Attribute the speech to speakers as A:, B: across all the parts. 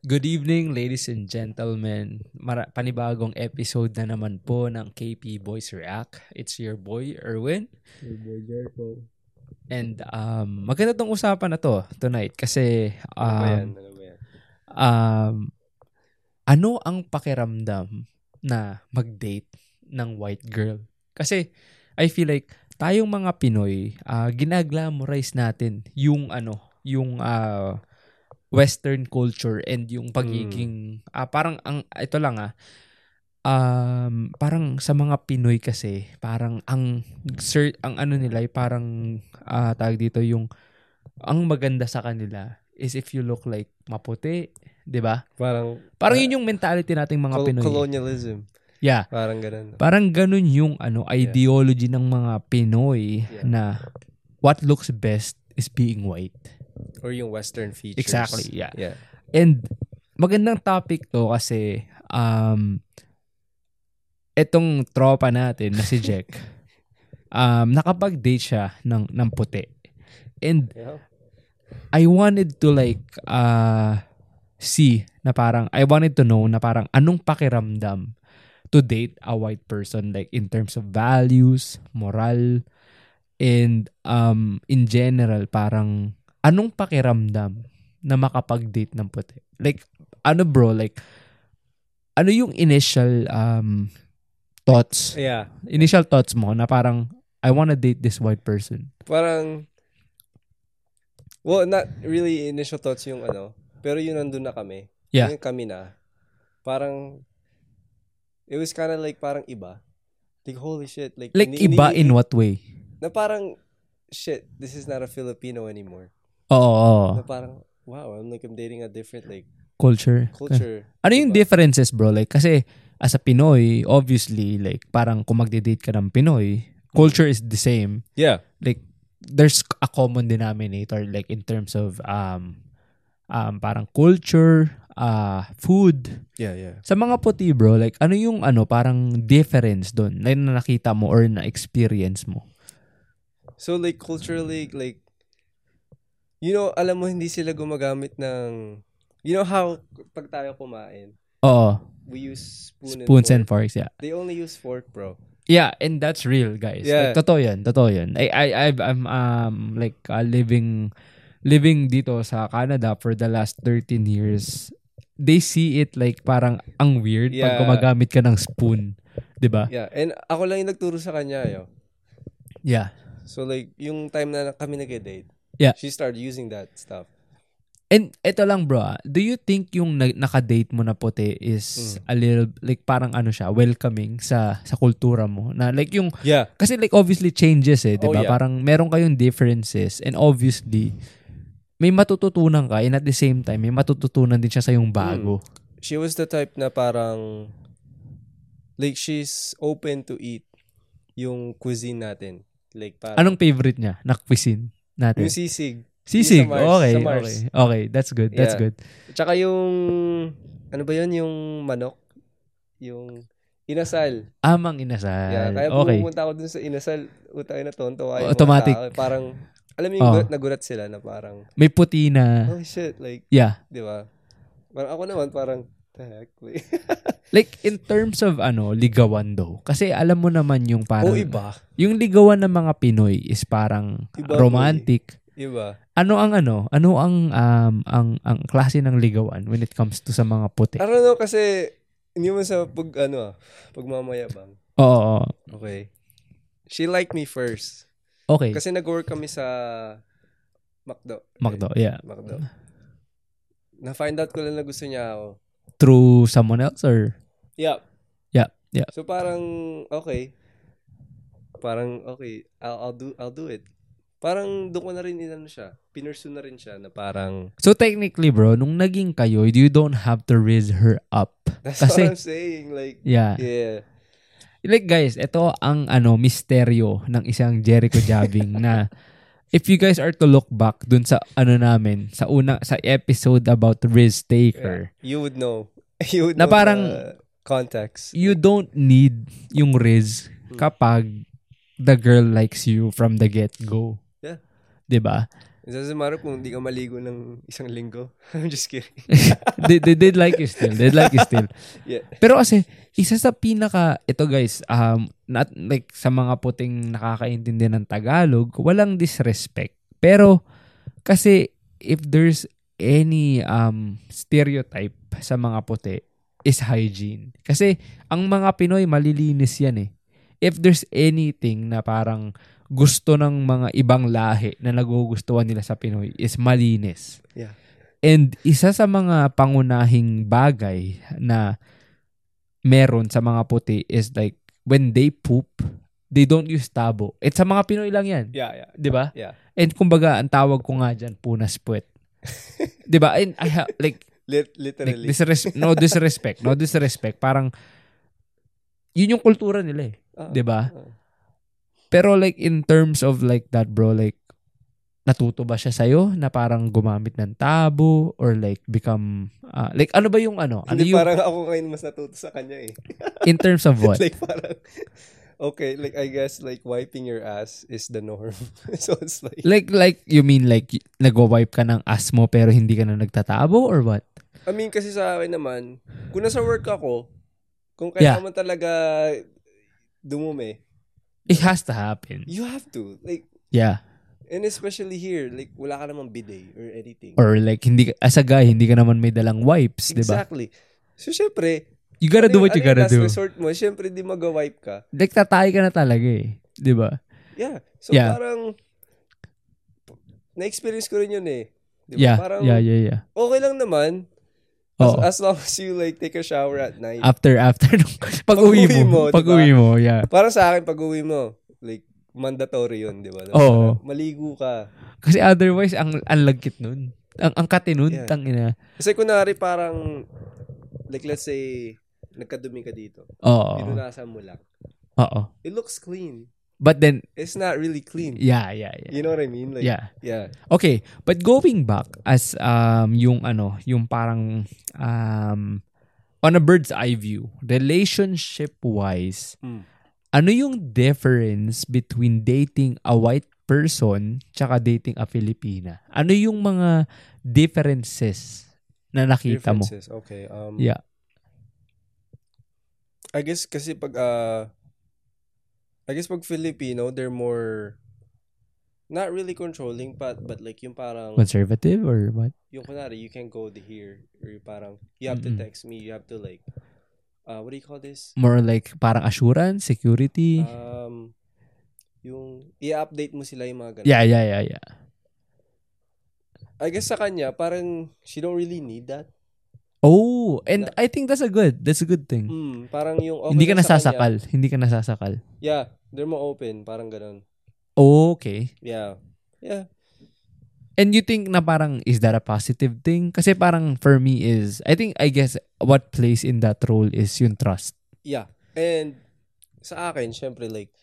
A: Good evening, ladies and gentlemen. Mara- panibagong episode na naman po ng KP Boys React. It's your boy, Erwin.
B: Your boy Jericho.
A: And um, maganda tong usapan na to tonight kasi
C: Ano ba yan?
A: um,
C: Ano ba yan?
A: um, ano ang pakiramdam na mag-date ng white girl? Kasi I feel like tayong mga Pinoy, ah, ginaglamorize natin yung ano, yung ah, western culture and yung pagiging ah, parang ang ito lang ah um, parang sa mga Pinoy kasi parang ang sir, ang ano nila ay parang ah, tawag dito yung ang maganda sa kanila is if you look like maputi, 'di ba?
C: Parang
A: Parang yun yung mentality nating mga
C: Ah, col-
A: Pinoy.
C: colonialism.
A: Yeah.
C: Parang ganun.
A: Parang ganun yung ano ideology ng mga Pinoy
C: Yeah.
A: na what looks best is being white.
C: Or yung western features.
A: Exactly, yeah.
C: Yeah.
A: And magandang topic to kasi um etong tropa natin na si Jack um nakapag-date siya ng ng puti. And
C: Yeah.
A: I wanted to like uh see na parang I wanted to know na parang anong pakiramdam to date a white person like in terms of values, moral and um in general parang anong pakiramdam na makapag-date ng puti. Like ano bro like ano yung initial um thoughts
C: Yeah.
A: initial thoughts mo na parang I wanna date this white person.
C: Parang, well, not really initial thoughts yung ano, pero yun nandun na kami.
A: Yeah.
C: Yung kami na. Parang, it was kind of like parang iba. Like, holy shit. Like,
A: Like
C: ini-
A: iba
C: ini-
A: in what way?
C: Na parang, shit, this is not a Filipino anymore.
A: Oo, oo.
C: Na parang, wow, I'm like, I'm dating a different, like,
A: Culture.
C: culture.
A: Ano yung
C: Diba?
A: differences, bro? Like, kasi as a Pinoy, obviously, like, parang kung magde-date ka ng Pinoy, culture is the same.
C: Yeah.
A: Like, there's a common denominator, like, in terms of, um, um parang culture, uh, food.
C: Yeah, yeah.
A: Sa mga puti, bro, like, ano yung, ano, parang difference doon na na nakita mo or na-experience mo?
C: So like
A: Mm.
C: culturally like you know, alam mo hindi sila gumagamit ng you know how pag tayo kumain,
A: Oo.
C: we use spoon
A: Spoons and
C: and fork.
A: forks, yeah.
C: They only use fork, bro.
A: Yeah, and that's real, guys.
C: Yeah.
A: Like, totoo yan, totoo yan. I, I, I've- I'm um, like uh, living living dito sa Canada for the last 13 years. They see it like parang ang weird pag
C: Yeah.
A: gumagamit ka ng spoon. 'Di ba?
C: Yeah, and ako lang yung nagturo sa kanya, yo.
A: Yeah.
C: So like yung time na kami nag-date,
A: Yeah.
C: she started using that stuff.
A: And ito lang bro, ah. do you think yung na- nakadate mo na puti
C: Mm.
A: is a little, like parang ano siya, welcoming sa sa kultura mo? Na like yung
C: Yeah.
A: Kasi like obviously changes eh, 'di
C: Oh,
A: ba?
C: yeah.
A: Parang meron kayong differences and obviously may matututunan ka and at the same time may matututunan din siya sa yung bago.
C: She was the type na parang like she's open to eat yung cuisine natin. Like parang
A: Anong favorite niya na cuisine natin?
C: yung sisig.
A: Sisig.
C: Yung sa Mars,
A: okay,
C: sa Mars.
A: okay. Okay, that's good. That's
C: Yeah.
A: good.
C: Tsaka yung, ano ba yun, yung manok? Yung inasal.
A: Amang inasal.
C: Yeah, kaya
A: okay.
C: pumunta ako dun sa inasal, utay na tonto. Ay,
A: Automatic. Oh.
C: parang, alam mo yung
A: Oo.
C: gulat na gulat sila na parang,
A: May puti na.
C: oh shit, like,
A: Yeah.
C: di ba? Parang ako naman, parang, the heck? Like,
A: Like in terms of ano, ligawan daw. Kasi alam mo naman yung parang
C: oh, iba.
A: yung ligawan ng mga Pinoy is parang
C: Iba,
A: romantic.
C: Iba.
A: ano ang ano, ano ang um, ang ang klase ng ligawan when it comes to sa mga puti?
C: I don't know, kasi, hindi mo sa pag, ano ah, pagmamayabang.
A: Oo, Oo.
C: Okay. She liked me first.
A: Okay.
C: Kasi nag-work kami sa McDo.
A: Magdo, yeah.
C: McDo. Na-find out ko lang na gusto niya ako.
A: Through someone else or
C: Yeah.
A: Yeah, yeah.
C: So parang okay. Parang okay, I'll, I'll do I'll do it. Parang doon ko na rin inano siya. Pinursu na rin siya na parang
A: So technically, bro, nung naging kayo, you don't have to raise her up.
C: That's
A: Kasi-
C: what I'm saying like
A: Yeah.
C: yeah.
A: Like guys, ito ang ano misteryo ng isang Jericho Jabbing na if you guys are to look back dun sa ano namin, sa una sa episode about risk taker.
C: You would know. You would
A: Na
C: know
A: parang-
C: the context.
A: you don't need yung riz kapag the girl likes you from the get-go. Diba?
C: Yeah.
A: 'Di ba?
C: It doesn't matter kung hindi ka maligo ng isang linggo. I'm just kidding.
A: they, they, they'd like you still. They'd like you still.
C: Yeah.
A: Pero kasi, isa sa pinaka, ito guys, um, not, like sa mga puting nakakaintindi ng Tagalog, walang disrespect. Pero, kasi, if there's any um, stereotype sa mga puti, is hygiene. Kasi, ang mga Pinoy, malilinis yan eh. If there's anything na parang gusto ng mga ibang lahi na nagugustuhan nila sa Pinoy, is malinis.
C: Yeah.
A: And isa sa mga pangunahing bagay na meron sa mga puti is like when they poop, they don't use tabo. At sa mga Pinoy lang 'yan,
C: Yeah, yeah.
A: 'di ba?
C: Yeah.
A: And kumbaga ang tawag ko nga diyan punas puwet. 'Di ba? Diba? And I ha- like
C: Lit-
A: like
C: literally.
A: disres- no disrespect, no disrespect. Parang yun yung kultura nila eh,
C: Ah,
A: 'di ba?
C: ah.
A: Pero like in terms of like that bro, like natuto ba siya sa'yo na parang gumamit ng tabo or like become, ah, like ano ba yung ano? Ano
C: Hindi,
A: yung,
C: parang ako ngayon mas natuto sa kanya eh.
A: in terms of what?
C: like parang, okay, like I guess like wiping your ass is the norm. so it's like,
A: Like, like, you mean like y- nagwa-wipe ka ng ass mo pero hindi ka na nagtatabo or what?
C: I mean kasi sa akin naman, kung nasa work ako, kung
A: Yeah.
C: kailangan talaga dumumi,
A: It has to happen.
C: you have to. Like,
A: Yeah.
C: and especially here, like wala ka namang bidet or anything.
A: Or like, hindi ka, as a guy, hindi ka naman may dalang wipes, di ba?
C: Exactly. So syempre,
A: You gotta do what you
C: ano yung
A: gotta
C: last
A: do.
C: resort mo, syempre di mag-wipe ka.
A: Like, tatay ka na talaga eh. Di ba?
C: Yeah. So
A: Yeah.
C: parang na-experience ko rin yun eh. Di ba?
A: Yeah.
C: Parang
A: Yeah, yeah, yeah.
C: okay lang naman as,
A: Oo. Ah.
C: as long as you like take a shower at night.
A: After, after, nung- pag-uwi
C: Pag-uwi mo,
A: mo.
C: di ba?
A: Pag-uwi mo, yeah.
C: Parang sa akin pag-uwi mo, like mandatory yun, di ba? Na
A: Oo.
C: parang Maligo ka.
A: Kasi otherwise, ang, ang lagkit nun. Ang, ang kate nun,
C: Yeah.
A: tangina.
C: Kasi kunwari parang like let's say nagkadumi ka dito.
A: Oo.
C: Pinunasan mo lang.
A: Oo.
C: It looks clean.
A: But then,
C: It's not really clean.
A: yeah, yeah, yeah.
C: You know what I mean? Like,
A: Yeah.
C: yeah.
A: Okay, but going back as um yung ano, yung parang um on a bird's eye view, relationship wise,
C: Mm.
A: ano yung difference between dating a white person tsaka dating a Filipina? Ano yung mga differences na nakita mo?
C: Differences. Okay. Um,
A: Yeah.
C: I guess kasi pag uh, I guess pag Filipino, they're more not really controlling but but like yung parang
A: Conservative or what?
C: yung kunwari you can go to here or yung parang you have
A: Mm-mm.
C: to text me, you have to like uh, what do you call this?
A: More like parang assurance, security?
C: Um yung i-update mo sila yung mga ganun.
A: yeah, yeah, yeah, yeah.
C: I guess sa kanya parang she don't really need that.
A: Oh, and I think that's a good, that's a good thing.
C: Mm, parang yung okay
A: Hindi ka
C: na sa kanya,
A: nasasakal, hindi ka nasasakal.
C: Yeah, they're more open, parang ganun.
A: Okay.
C: Yeah. Yeah.
A: And you think na parang is that a positive thing? Kasi parang for me is I think I guess what plays in that role is yung trust.
C: Yeah. And sa akin, syempre like,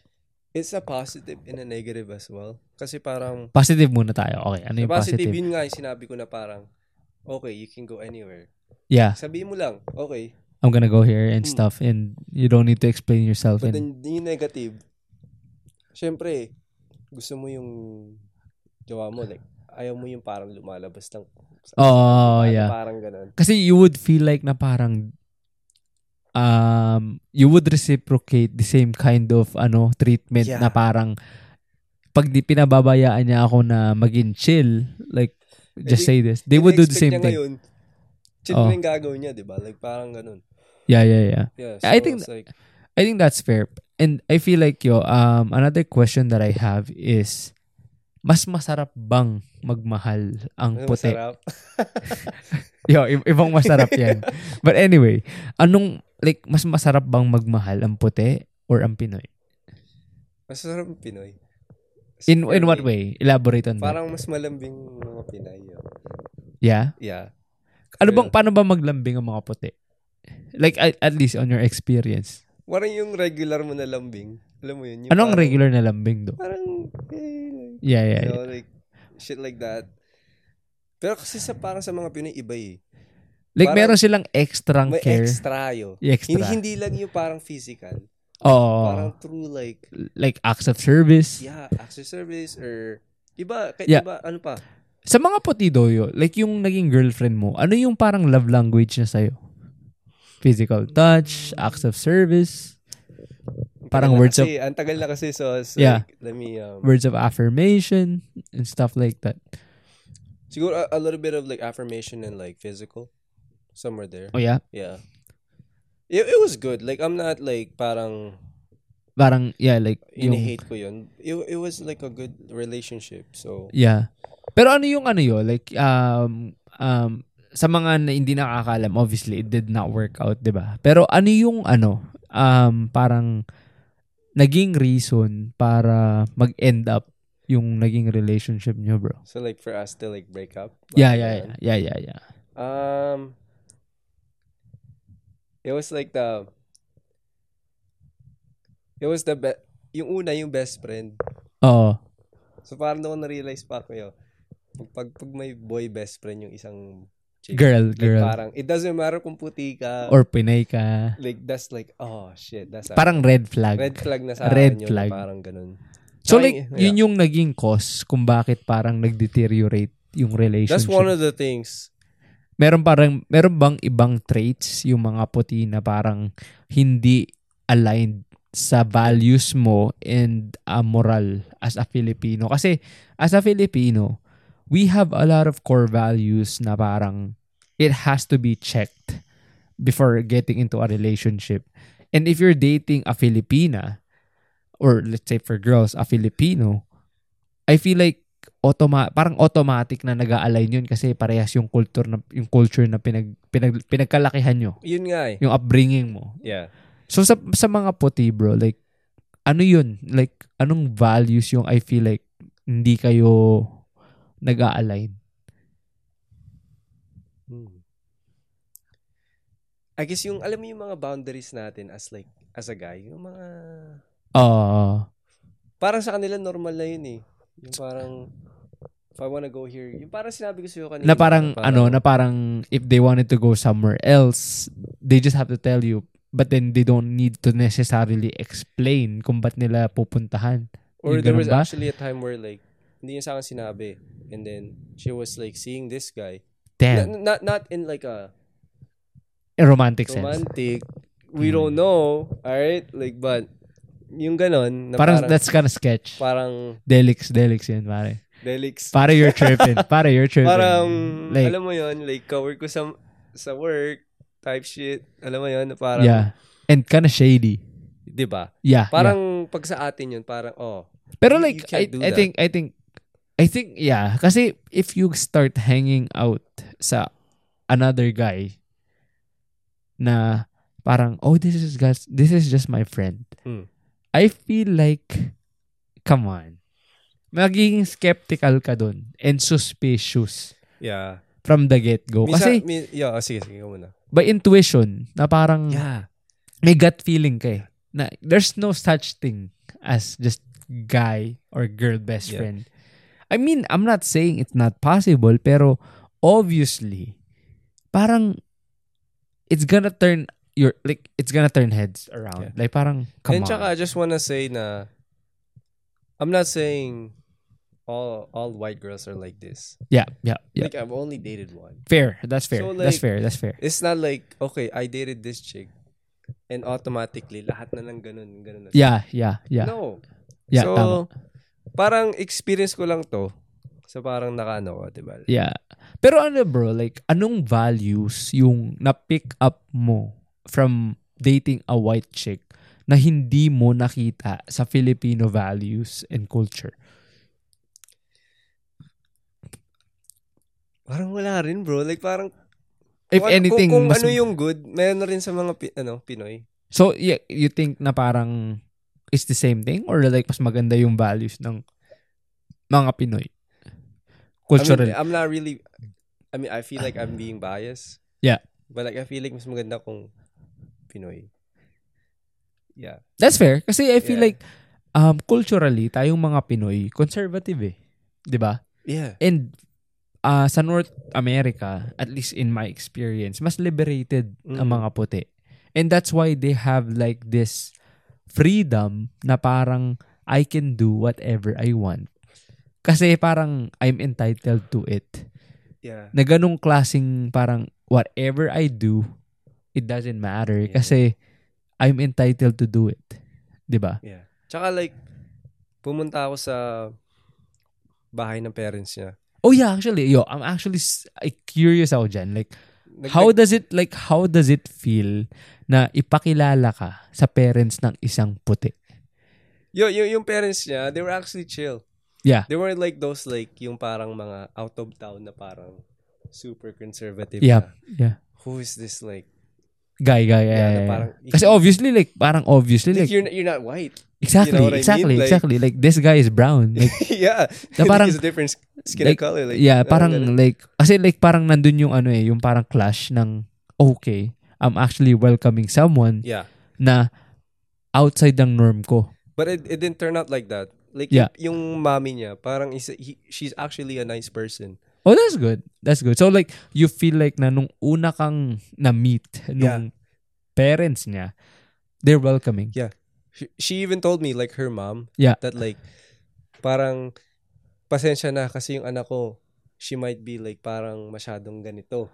C: it's a positive and a negative as well. Kasi parang,
A: Positive muna tayo. Okay, ano yung
C: positive,
A: positive?
C: yun nga yung sinabi ko na parang, okay, you can go anywhere.
A: Yeah,
C: Sabihin mo lang, okay.
A: I'm gonna go here and
C: Mm.
A: stuff and you don't need to explain yourself
C: But
A: and
C: then, yung negative, syempre, gusto mo yung jowa mo, like, ayaw mo yung parang lumalabas lang. sa-
A: Oh,
C: Parang-
A: yeah.
C: Parang ganun.
A: kasi you would feel like na parang um you would reciprocate the same kind of ano treatment
C: Yeah.
A: na parang pag di pinababayaan niya ako na maging chill like just
C: Eh,
A: say this they would do the
C: Ina-expect
A: same
C: niya
A: thing
C: Ngayon, chill
A: Oh.
C: na yung gagawin niya, di ba? Like, parang ganun.
A: yeah yeah yeah
C: Yeah,
A: I think
C: it's like,
A: I think that's fair. And I feel like yo, um, another question that I have is, mas masarap bang magmahal ang
C: ano,
A: puti?
C: masarap.
A: Yo, i- ibang masarap yan. But anyway, anong, like, mas masarap bang magmahal ang puti or ang Pinoy?
C: Masarap ang Pinoy. Kasi
A: In in
C: for
A: what
C: me,
A: way? Elaborate on that.
C: Parang mas malambing yung mga Pinay. yun.
A: Yeah?
C: Yeah.
A: Ano bang, paano ba maglambing ang mga puti? Like, at, at least on your experience.
C: Parang yung regular mo na lambing. Alam mo yun? Yung
A: Anong
C: parang-
A: regular na lambing do?
C: Parang, eh,
A: Yeah, yeah,
C: you
A: yeah.
C: know, like, shit like that. Pero kasi sa parang sa mga Pinoy, iba eh.
A: Like,
C: parang-
A: meron silang extrang
C: May
A: care.
C: extra yo. Hindi,
A: Extra.
C: hindi lang yung parang physical.
A: Oo.
C: Parang through like,
A: Like, acts of service.
C: yeah, access service or iba, kahit
A: Yeah.
C: iba, ano pa?
A: Sa mga potidoyo, like yung naging girlfriend mo, ano yung parang love language niya sa'yo? Physical touch, acts of service, Parang
C: Tagal na
A: words of-
C: kasi, Ang tagal na kasi, so, it's
A: Yeah.
C: like, let me, um,
A: words of affirmation, and stuff like that.
C: siguro a, a little bit of like affirmation and like physical. Somewhere there.
A: O Oh, yeah,
C: Yeah. It, it was good. Like, I'm not like parang
A: parang, yeah, like, yung,
C: inihate ko yun. It, it was like a good relationship. So,
A: yeah. Pero ano yung ano yun, like, um, um, sa mga na hindi nakakalam, obviously, it did not work out, di ba? Pero ano yung ano, um, parang, naging reason para mag-end up yung naging relationship niyo, bro?
C: so like for us to like break up. like,
A: Yeah, yeah,
C: ganun.
A: yeah, yeah, yeah, yeah.
C: Um, it was like the, it was the be- yung una yung best friend.
A: Oo.
C: So parang doon ko na-realize pa ako yun. Pag, pag may boy best friend yung isang chick,
A: Girl,
C: like,
A: girl.
C: parang, it doesn't matter kung puti ka.
A: Or Pinay ka.
C: like, that's like, oh shit, that's a-
A: Parang red flag.
C: red flag na sa
A: red
C: akin yun,
A: flag.
C: Parang ganun.
A: So
C: Ay,
A: like,
C: yeah.
A: yun yung naging cause kung bakit parang nag-deteriorate yung relationship.
C: That's one of the things.
A: meron parang, meron bang ibang traits yung mga puti na parang hindi aligned sa values mo and uh, moral as a Filipino? Kasi as a Filipino, we have a lot of core values na parang it has to be checked before getting into a relationship. And if you're dating a Filipina, or let's say for girls, a Filipino, I feel like automa parang automatic na nag-align yun kasi parehas yung culture na yung culture na pinag, pinag pinagkalakihan nyo,
C: Yun nga eh.
A: yung upbringing mo.
C: Yeah.
A: So sa sa mga puti bro, like ano yun? Like anong values yung I feel like hindi kayo nag-align?
C: Hmm. I guess yung, alam mo yung mga boundaries natin as like, as a guy, yung mga,
A: Ah,
C: parang sa kanila normal na yun eh. Yung parang, if I wanna go here, yung parang sinabi ko sa'yo kanina.
A: na parang ano, na parang if they wanted to go somewhere else, they just have to tell you but then they don't need to necessarily explain kung ba't nila pupuntahan.
C: Or
A: Yung
C: there
A: ganun
C: was
A: ba?
C: actually a time where like, hindi niya sa akin sinabi. And then, she was like seeing this guy.
A: Damn,
C: N- Not, not in like a
A: in romantic sense.
C: romantic, we
A: Mm.
C: don't know, alright? Like, but, yung ganon, na
A: Parang,
C: parang,
A: that's kind of sketch.
C: parang
A: Delix, delix yan, pare.
C: relics.
A: Pare, you're tripping. Pare, you're tripping.
C: Parang,
A: like,
C: alam mo yon like, cover ko sa, sa work, type shit, alam mo yon na parang,
A: yeah. And kind of shady.
C: di ba?
A: Yeah. yeah.
C: Parang, pag sa atin yun, parang, oh,
A: Pero
C: you-
A: like,
C: you
A: I,
C: can't do
A: I
C: that.
A: think, I think, I think, yeah. Kasi if you start hanging out sa another guy na parang, oh, this is just, this is just my friend.
C: Hmm.
A: I feel like, come on. Magiging skeptical ka dun and suspicious
C: yeah.
A: from the get-go. Kasi,
C: Minsan, min, yeah, oh, sige, sige, ikaw muna.
A: by intuition, na parang,
C: Yeah.
A: may gut feeling ka eh. Na there's no such thing as just guy or girl best
C: Yeah.
A: friend. I mean, I'm not saying it's not possible, pero obviously, parang it's gonna turn your like it's gonna turn heads around.
C: Yeah.
A: Like parang come
C: And
A: on.
C: tsaka, I just wanna say na, I'm not saying all all white girls are like this.
A: yeah, yeah, yeah.
C: Like, I've only dated one.
A: fair. That's fair.
C: So,
A: that's
C: like-
A: fair. That's fair.
C: It's not like, okay, I dated this chick, and automatically, lahat na lang ganun, ganun na.
A: Yeah, yeah, yeah.
C: No.
A: yeah,
C: so,
A: tama.
C: parang experience ko lang to. So, parang nakaano ko, di ba?
A: Yeah. Pero ano bro, like anong values yung na-pick up mo from dating a white chick na hindi mo nakita sa Filipino values and culture?
C: Parang wala rin, bro. Like, parang...
A: If
C: kung ano-
A: anything,
C: Kung, kung
A: mas-
C: ano yung good, meron na rin sa mga Pi- ano, Pinoy.
A: So, yeah, you think na parang it's the same thing or like mas maganda yung values ng mga Pinoy?
C: I mean,
A: Cultural.
C: I'm not really... I mean, I feel like I'm being biased.
A: Yeah.
C: But like, I feel like mas maganda kung Pinoy. Yeah.
A: That's fair. Kasi I feel
C: Yeah.
A: like um, culturally, tayong mga Pinoy, conservative eh. 'Di ba?
C: Yeah.
A: And ah, sa North America, at least in my experience, mas liberated ang
C: Mm.
A: mga puti. And that's why they have like this freedom na parang I can do whatever I want. Kasi parang I'm entitled to it.
C: Yeah.
A: Na ganong klaseng parang whatever I do, it doesn't matter
C: Yeah.
A: kasi I'm entitled to do it. 'Di ba?
C: Yeah. Tsaka like, pumunta ako sa bahay ng parents niya.
A: Oh yeah, actually, yo, I'm actually s- I curious ako dyan. Like,
C: Nag-
A: how does it, like, how does it feel na ipakilala ka sa parents ng isang puti?
C: Yo, yo, yung parents niya, they were actually chill.
A: Yeah.
C: They weren't like those like yung parang mga out of town na parang super conservative.
A: Yeah.
C: na,
A: Yeah.
C: Who is this like?
A: Guy, guy, yeah,
C: Yeah,
A: yeah,
C: na
A: yeah.
C: parang-
A: Kasi obviously, like, parang obviously,
C: like,
A: like,
C: you're you're not white.
A: exactly,
C: you know what I mean?
A: exactly,
C: Like-
A: exactly. Like, this guy is brown. Like,
C: yeah.
A: Na parang-
C: there's a different skin
A: like,
C: of color. Like,
A: yeah,
C: ano,
A: parang,
C: ganun.
A: like, kasi, like, parang nandun yung, ano eh, yung parang clash ng, okay, I'm actually welcoming someone
C: yeah.
A: na outside ng norm ko.
C: But it, it didn't turn out like that. Like
A: Yeah.
C: yung, yung mommy niya, parang isa, he, she's actually a nice person.
A: Oh, that's good. That's good. So like you feel like na nung una kang na-meet nung parents niya, they're welcoming.
C: She, she even told me like her mom
A: Yeah.
C: that like parang pasensya na kasi yung anak ko she might be like parang masyadong ganito.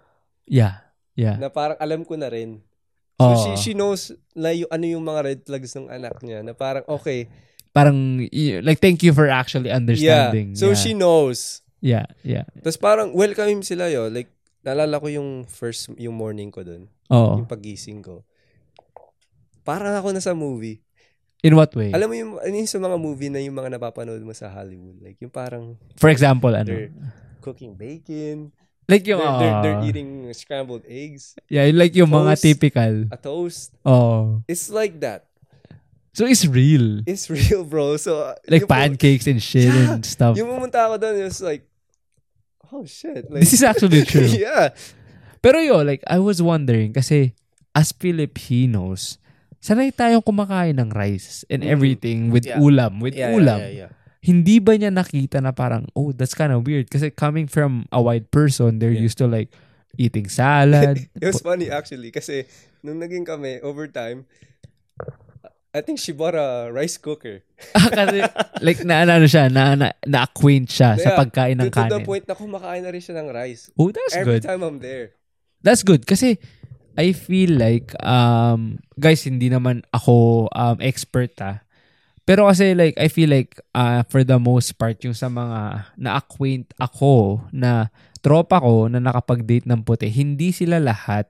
A: Yeah. Yeah.
C: Na parang alam ko na rin. So
A: Oh,
C: she, she knows na yung, ano yung mga red flags ng anak niya na parang okay.
A: parang y- like thank you for actually understanding.
C: Yeah. So
A: yeah.
C: she knows.
A: Yeah, yeah.
C: Tapos parang welcome sila yo. Like naalala ko yung first yung morning ko dun.
A: Oh.
C: Yung pagising ko. Parang ako nasa movie.
A: In what way?
C: Alam mo yung, ano yung sa mga movie na yung mga napapanood mo sa Hollywood. Like yung parang
A: For example, ano?
C: they're cooking bacon.
A: Like
C: They're,
A: yung
C: they're, they're
A: oh,
C: eating scrambled eggs.
A: Yeah, like yung mga
C: toast.
A: typical.
C: A toast.
A: Oh.
C: It's like that.
A: So it's real.
C: It's real, bro. So uh,
A: Like
C: yung pu-
A: pancakes and shit
C: Yeah.
A: and stuff.
C: Yung pumunta ako doon, it was like, oh shit. Like,
A: This is actually true.
C: yeah.
A: Pero yo, like, I was wondering, kasi as Filipinos, sanay tayong kumakain ng rice and
C: Mm.
A: everything with
C: Yeah.
A: ulam, with
C: yeah,
A: ulam.
C: Yeah, yeah,
A: Hindi ba niya nakita na parang, oh, that's kind of weird. Kasi coming from a white person, they're
C: Yeah.
A: used to like eating salad.
C: It was funny actually kasi nung naging kami, overtime, I think she bought a rice cooker.
A: Ah, kasi like na ano siya, na, na, na-acquaint siya sa
C: Yeah.
A: pagkain ng
C: to, to the
A: kanin.
C: point na kumakain na rin siya ng rice.
A: Oh, that's
C: Every
A: good.
C: time I'm there.
A: That's good kasi I feel like um guys hindi naman ako um expert ah. Pero kasi like I feel like uh, for the most part yung sa mga na-acquaint ako na tropa ko na nakapag-date ng puti, hindi sila lahat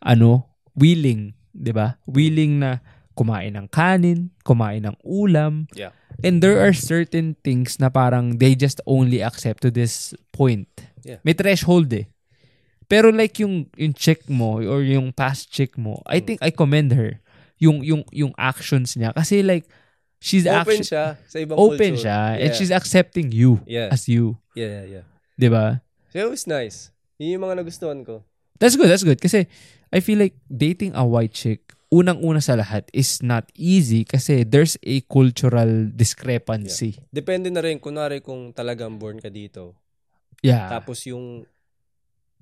A: ano willing, 'di ba? Willing na kumain ng kanin, kumain ng ulam.
C: Yeah.
A: And there are certain things na parang they just only accept to this point.
C: Yeah.
A: May threshold eh. Pero like yung yung check mo or yung past check mo, I
C: Mm.
A: think I commend her yung yung yung actions niya kasi like she's
C: Open
A: actu-
C: siya sa ibang
A: open
C: culture.
A: siya and
C: Yeah.
A: she's accepting you
C: Yeah.
A: as you,
C: Yeah, yeah, yeah.
A: 'di ba?
C: So it was nice. Yun yung mga nagustuhan ko.
A: That's good, that's good kasi I feel like dating a white chick unang-una sa lahat is not easy kasi there's a cultural discrepancy.
C: Depende na rin, kunwari kung talagang born ka dito.
A: Yeah.
C: Tapos yung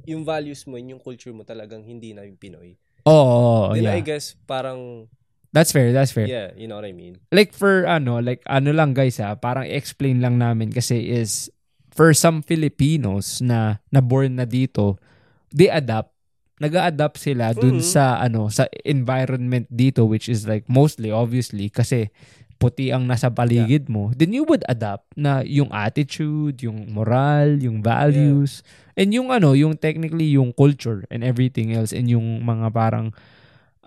C: yung values mo, yung culture mo talagang hindi na yung Pinoy.
A: Oh,
C: Then I
A: yeah.
C: guess parang,
A: That's fair, that's fair.
C: yeah, you know what I mean.
A: like for ano, like ano lang guys ha, parang explain lang namin kasi is for some Filipinos na na born na dito, they adapt nag-adapt sila dun
C: Mhm.
A: sa ano sa environment dito which is like mostly obviously kasi puti ang nasa paligid mo then you would adapt na yung attitude yung moral yung values and yung ano yung technically yung culture and everything else and yung mga parang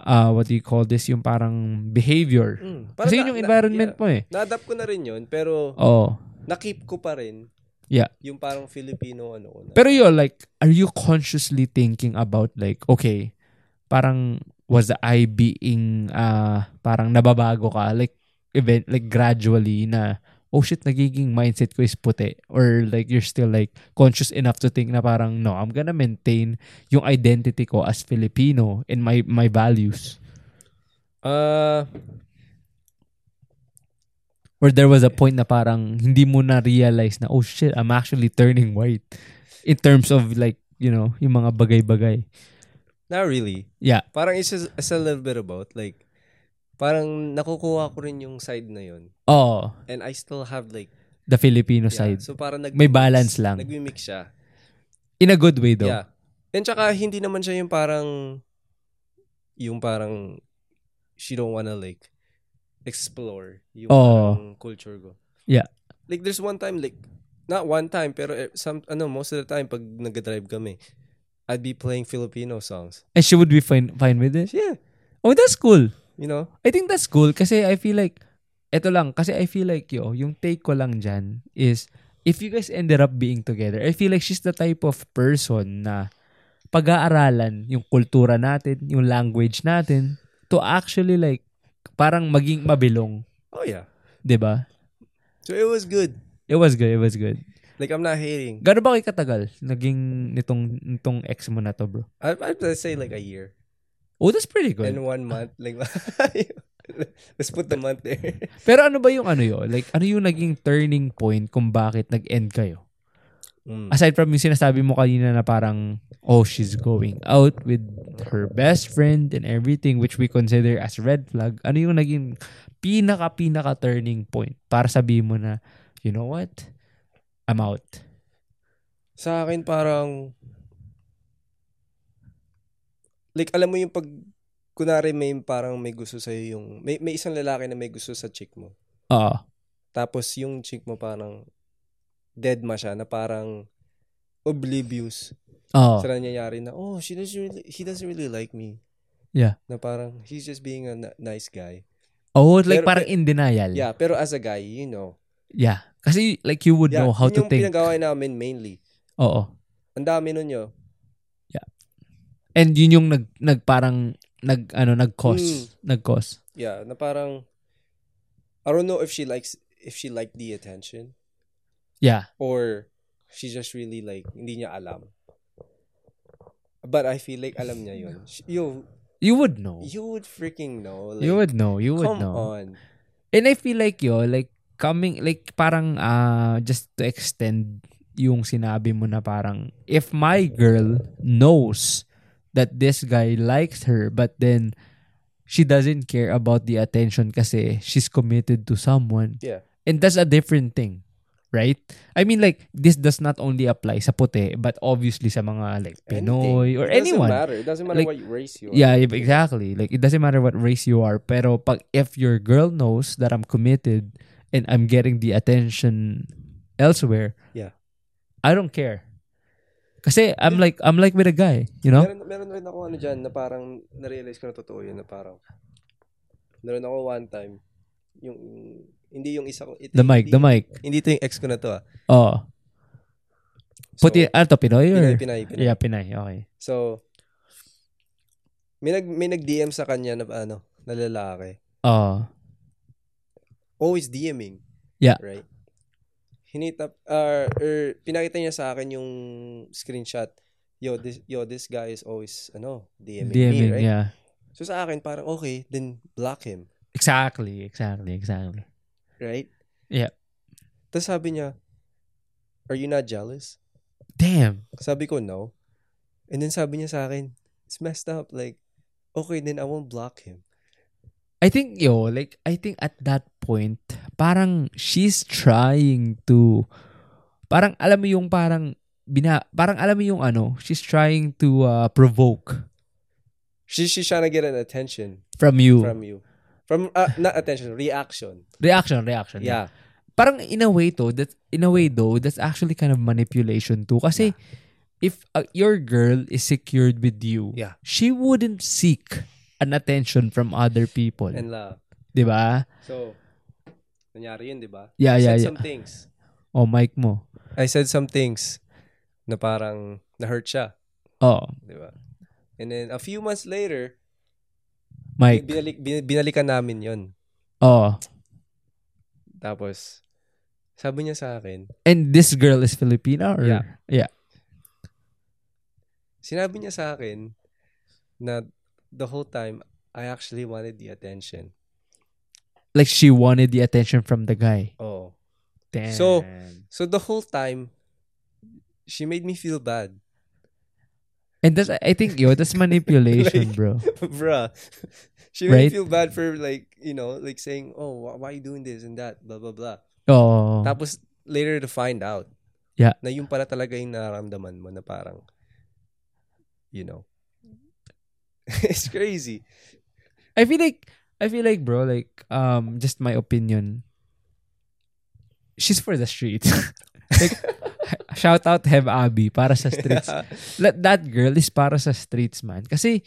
A: uh, what do you call this yung parang behavior
C: Mm. Parang
A: Hmm. kasi
C: na-
A: yun yung
C: na-
A: environment
C: yeah.
A: mo eh.
C: Na-adapt ko na rin yun, pero
A: Oo.
C: nakip ko pa rin
A: Yeah.
C: yung parang Filipino ano ko na.
A: Pero yun, like, are you consciously thinking about like, okay, parang was I being, uh, parang nababago ka? Like, event, like gradually na, oh shit, nagiging mindset ko is puti. Or like, you're still like conscious enough to think na parang, no, I'm gonna maintain yung identity ko as Filipino and my, my values.
C: Ah,
A: Or there was a point na parang hindi mo na realize na, oh shit, I'm actually turning white. In terms of like, you know, yung mga bagay-bagay.
C: not really.
A: Yeah.
C: Parang it's, just, it's a little bit about like parang nakukuha ko rin yung side na yun.
A: Oh,
C: And I still have like
A: the Filipino
C: Yeah.
A: side.
C: So parang nag
A: May balance lang.
C: Nagmi-mix siya.
A: In a good way though.
C: Yeah. And tsaka hindi naman siya yung parang yung parang she don't wanna like explore yung
A: Oo.
C: parang culture ko.
A: Yeah.
C: Like there's one time like not one time pero eh, some ano most of the time pag nagdrive kami I'd be playing Filipino songs.
A: And she would be fine fine with it.
C: Yeah,
A: Oh, that's cool.
C: you know.
A: I think that's cool kasi I feel like eto lang kasi I feel like yo, yung take ko lang dyan is if you guys ended up being together, I feel like she's the type of person na pag-aaralan yung kultura natin, yung language natin to actually like parang maging mabilong,
C: Oh yeah.
A: 'di ba?
C: So it was good.
A: It was good, it was good.
C: Like I'm not hating.
A: Gaano ba kayo katagal naging nitong nitong ex mo na to, bro?
C: I I'd say like a year
A: Oh, that's pretty good.
C: and one month like let's put the month there.
A: Pero ano ba yung ano yo? Like ano yung naging turning point kung bakit nag-end kayo?
C: Mm.
A: aside from yung sinasabi mo kanina na parang, oh, she's going out with her best friend and everything, which we consider as red flag, ano yung naging pinaka-pinaka turning point para sabihin mo na, you know what? I'm out.
C: Sa akin parang like alam mo yung pag kunari may parang may gusto sa yung may may isang lalaki na may gusto sa chick mo.
A: Oo.
C: Tapos yung chick mo parang dead ma siya na parang oblivious
A: Oo.
C: sa nangyayari na oh she doesn't really he doesn't really like me.
A: Yeah.
C: Na parang he's just being a n- nice guy.
A: Oh, like
C: Pero-
A: parang in denial.
C: Yeah, pero as a guy, you know.
A: Yeah. Kasi like you would
C: Yeah,
A: know how
C: yun
A: to
C: yung
A: think.
C: pinagawa namin mainly.
A: Oo.
C: Ang dami nun yo.
A: And yun yung nag, nag parang nag ano nag-cause,
C: Mm.
A: nag-cause.
C: Yeah, na parang I don't know if she likes if she liked the attention.
A: Yeah.
C: or she just really like hindi niya alam. But I feel like alam niya yun. Sh- Yo,
A: You would know. You,
C: you would freaking know. Like,
A: would know. Oh. You would
C: come
A: know.
C: on.
A: And I feel like yo, like coming like parang ah just to extend yung sinabi mo na parang if my girl knows that this guy likes her but then she doesn't care about the attention kasi she's committed to someone.
C: Yeah.
A: And that's a different thing. Right? I mean like this does not only apply sa puti but obviously sa mga like Pinoy
C: Anything.
A: or
C: It
A: anyone.
C: Doesn't matter. It doesn't matter
A: Like,
C: what race you are.
A: Yeah, if- exactly. Like it doesn't matter what race you are, pero pag if your girl knows that I'm committed and I'm getting the attention elsewhere,
C: Yeah.
A: I don't care. Kasi I'm like I'm like with a guy, you know?
C: Meron, meron rin ako ano dyan na parang narealize ko na totoo yun na parang meron ako one time yung hindi yung isa ko ito,
A: The mic,
C: hindi,
A: the mic.
C: hindi ito yung ex ko na to ah.
A: Oh.
C: So,
A: Puti, ano to, Pinoy or?
C: Pinay, Pinay, Pinay.
A: Yeah, Pinay. Okay.
C: So may nag may nag-DM sa kanya na ano, na lalaki.
A: Oh.
C: always DMing.
A: Yeah.
C: Right? Hinitap, uh, or pinakita niya sa akin yung screenshot. Yo, this, yo, this guy is always, ano, DMing, me,
A: DMing,
C: right?
A: yeah.
C: So sa akin, parang, okay, then block him.
A: Exactly, exactly, exactly.
C: Right?
A: Yeah.
C: Tapos sabi niya, are you not jealous?
A: Damn.
C: Sabi ko, no. And then sabi niya sa akin, it's messed up. Like, okay, then I won't block him.
A: I think yo, like I think at that point, parang she's trying to parang alam mo yung parang bina, parang alam mo yung ano, she's trying to uh, provoke
C: She, she's trying to get an attention
A: from you.
C: from you. From, uh, not attention, reaction.
A: reaction, reaction.
C: Yeah.
A: Parang in a way to that in a way though, that's actually kind of manipulation too kasi if uh, your girl is secured with you,
C: Yeah.
A: she wouldn't seek an attention from other people,
C: And love.
A: 'di ba?
C: So, nangyari yun, di ba?
A: Yeah,
C: I
A: yeah,
C: said
A: yeah.
C: some things.
A: Oh, mic mo.
C: I said some things na parang na-hurt siya,
A: Oh,
C: di ba? And then, a few months later,
A: mic.
C: binalik, bin- binalikan namin yun.
A: Oh.
C: Tapos, sabi niya sa akin,
A: And this girl is Filipina or
C: Yeah.
A: yeah.
C: sinabi niya sa akin na the whole time, I actually wanted the attention.
A: Like she wanted the attention from the guy.
C: Oh.
A: Damn.
C: So- So, the whole time, she made me feel bad.
A: and that's I think yo, that's manipulation,
C: Like-
A: bro.
C: Bruh. She made
A: Right?
C: me feel bad for like, you know, like saying, oh, wh- why are you doing this and that, blah, blah, blah.
A: Oh.
C: Tapos later to find out
A: Yeah.
C: na yung pala talaga yung nararamdaman mo na parang, you know. it's crazy.
A: I feel like I feel like bro like um just my opinion. She's for the streets. like shout out Heb Abby para sa streets. Let that girl is para sa streets man kasi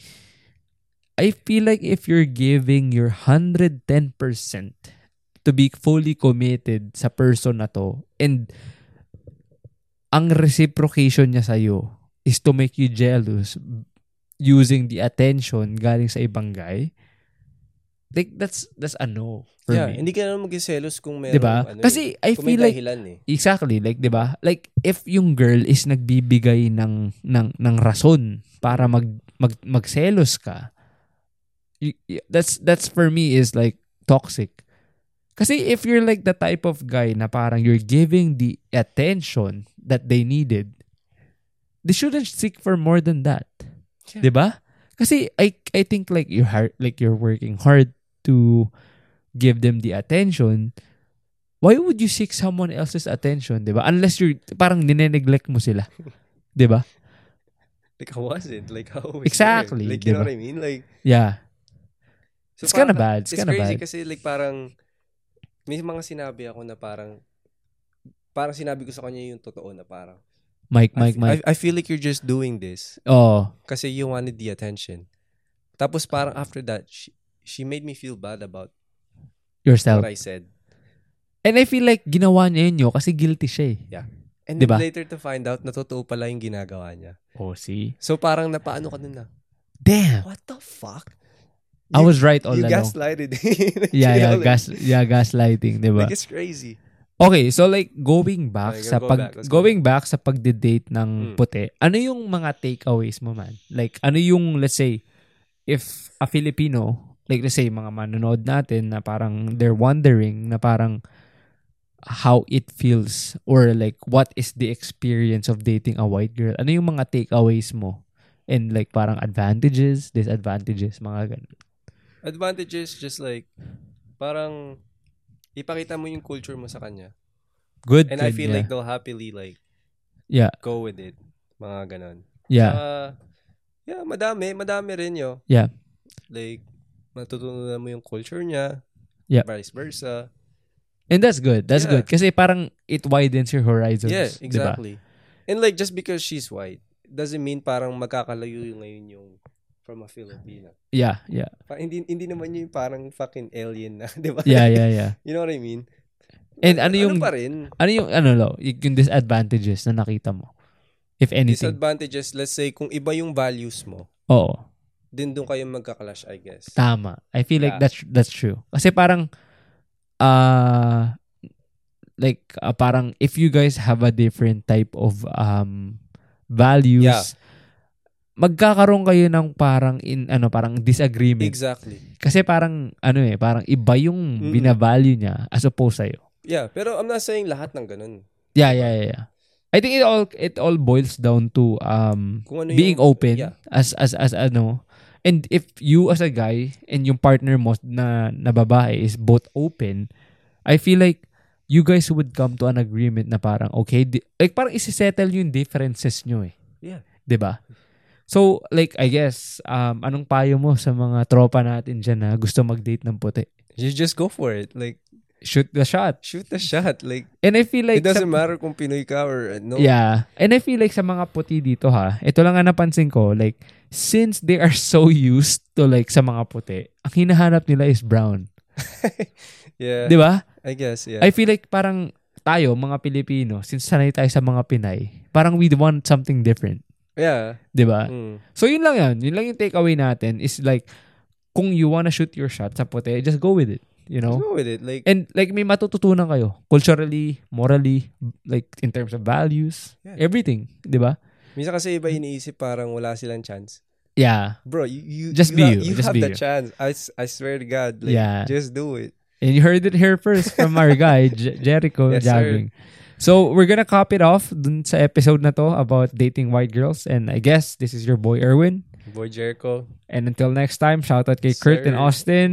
A: I feel like if you're giving your 110% to be fully committed sa person na to and ang reciprocation niya sa'yo is to make you jealous using the attention galing sa ibang guy, like that's that's a no for
C: yeah,
A: me.
C: hindi ka naman magkiselos kung meron.
A: 'Di ba?
C: ano eh,
A: Kasi I
C: kung may
A: feel like
C: dahilan eh.
A: Exactly, like 'di ba? Like if yung girl is nagbibigay ng ng ng rason para mag mag magselos ka. y- y- That's that's for me is like toxic. Kasi if you're like the type of guy na parang you're giving the attention that they needed, they shouldn't seek for more than that.
C: Yeah.
A: 'Di ba? Kasi I I think like you hard like you're working hard to give them the attention. Why would you seek someone else's attention, 'di ba? Unless you're parang nineneglect mo sila. 'Di ba?
C: Like, how was it? Like, how was
A: Exactly,
C: Like,
A: di
C: you know
A: ba?
C: what I mean? Like,
A: Yeah.
C: so
A: It's kinda
C: parang-
A: bad. It's
C: It's
A: kinda
C: crazy
A: bad.
C: kasi like parang may mga sinabi ako na parang parang sinabi ko sa kanya yung totoo na parang
A: Mike,
C: I
A: Mike,
C: fe-
A: Mike.
C: I, I feel like you're just doing this
A: oh,
C: kasi you wanted the attention. Tapos parang after that, she, she made me feel bad about
A: yourself.
C: what I said.
A: And I feel like ginawa niya yun yo kasi guilty siya eh.
C: Yeah. And
A: Di
C: then
A: ba?
C: later to find out na totoo pala yung ginagawa niya.
A: Oh, see?
C: So parang napaano ka nun na,
A: Damn.
C: what the fuck?
A: I was right all
C: you
A: along.
C: gaslighted. You
A: Oh, Yeah, yeah,
C: know, like-
A: gas, diba? yeah, gaslighting, 'di ba?
C: Like, it's crazy.
A: Okay, so like going back
C: Okay,
A: sa
C: go
A: pag
C: back. Let's go
A: going back sa pagde-date ng
C: Mm.
A: puti. Ano yung mga takeaways mo man? Like ano yung let's say if a Filipino, like let's say mga manonood natin na parang they're wondering na parang how it feels or like what is the experience of dating a white girl? Ano yung mga takeaways mo? And like parang advantages, disadvantages, mga ganun.
C: Advantages, just like, parang, ipakita mo yung culture mo sa kanya.
A: Good
C: And I
A: thing,
C: feel
A: yeah.
C: like they'll happily, like,
A: Yeah.
C: go with it. Mga ganon.
A: yeah.
C: Tsaka, yeah, madami. Madami rin yo.
A: Yeah.
C: Like, matutunan mo yung culture niya.
A: Yeah.
C: Vice versa.
A: And that's good. That's
C: Yeah.
A: good. Kasi parang it widens your horizons. diba?
C: yeah,
A: di ba?
C: exactly. And like, just because she's white, doesn't mean parang magkakalayo yung ngayon yung from a Filipina.
A: Yeah, yeah.
C: Pa- hindi, hindi naman yun yung parang fucking alien na, di ba?
A: Yeah, yeah, yeah.
C: You know what I mean?
A: And ano yung-
C: pa rin?
A: Ano yung ano lo, yung disadvantages na nakita mo? If anything.
C: Disadvantages, let's say, kung iba yung values mo,
A: Oo,
C: din doon kayo magka-clash, I guess.
A: tama. I feel like
C: Yeah.
A: that's that's true. Kasi parang uh like ah, parang if you guys have a different type of um values
C: Yeah.
A: magkakaroon kayo ng parang in ano parang disagreement
C: Exactly.
A: kasi parang ano eh parang iba yung
C: Mm-mm.
A: binavalue niya as opposed sa'yo.
C: Yeah, pero I'm not saying lahat ng ganun.
A: Yeah, yeah, yeah, yeah. I think it all it all boils down to um
C: Kung ano
A: being
C: yung-
A: open
C: Yeah.
A: as as as ano. And if you as a guy and yung partner mo na na babae is both open, I feel like you guys would come to an agreement na parang okay, di- like parang isi-settle yung differences nyo eh.
C: Yeah.
A: 'Di ba? So like I guess um anong payo mo sa mga tropa natin diyan na gusto mag-date ng puti?
C: You just go for it. Like,
A: Shoot the shot.
C: shoot the shot. Like,
A: And I feel like
C: it
A: sa-
C: doesn't matter kung Pinoy ka or uh, no.
A: Yeah. And I feel like sa mga puti dito ha, ito lang ang napansin ko, like, since they are so used to like sa mga puti, ang hinahanap nila is brown.
C: Yeah,
A: Di ba?
C: I guess, yeah.
A: I feel like parang tayo, mga Pilipino, since sanay tayo sa mga Pinay, parang we want something different.
C: yeah.
A: Di ba?
C: Mm.
A: So yun lang yan. Yun lang yung takeaway natin is like, kung you wanna shoot your shot sa puti, just go with it. You know?
C: Just go with it. Like,
A: Oh. And like may matututunan kayo culturally, morally, like in terms of values,
C: Yeah.
A: everything, 'di ba?
C: minsan kasi iba iniisip parang wala silang chance.
A: Yeah.
C: Bro, you, you
A: Just
C: you
A: be
C: have,
A: you, just
C: have
A: be
C: the
A: you.
C: chance. I, s- I swear to God. Like,
A: Yeah.
C: Just do it.
A: And you heard it here first from our guy, J- Jericho
C: Yes,
A: Jabbing. So, we're gonna cop it off dun sa episode na to about dating white girls. And I guess this is your boy, Erwin.
C: Boy Jericho.
A: And until next time, shout out kay Kurt and
C: Sir.
A: Austin.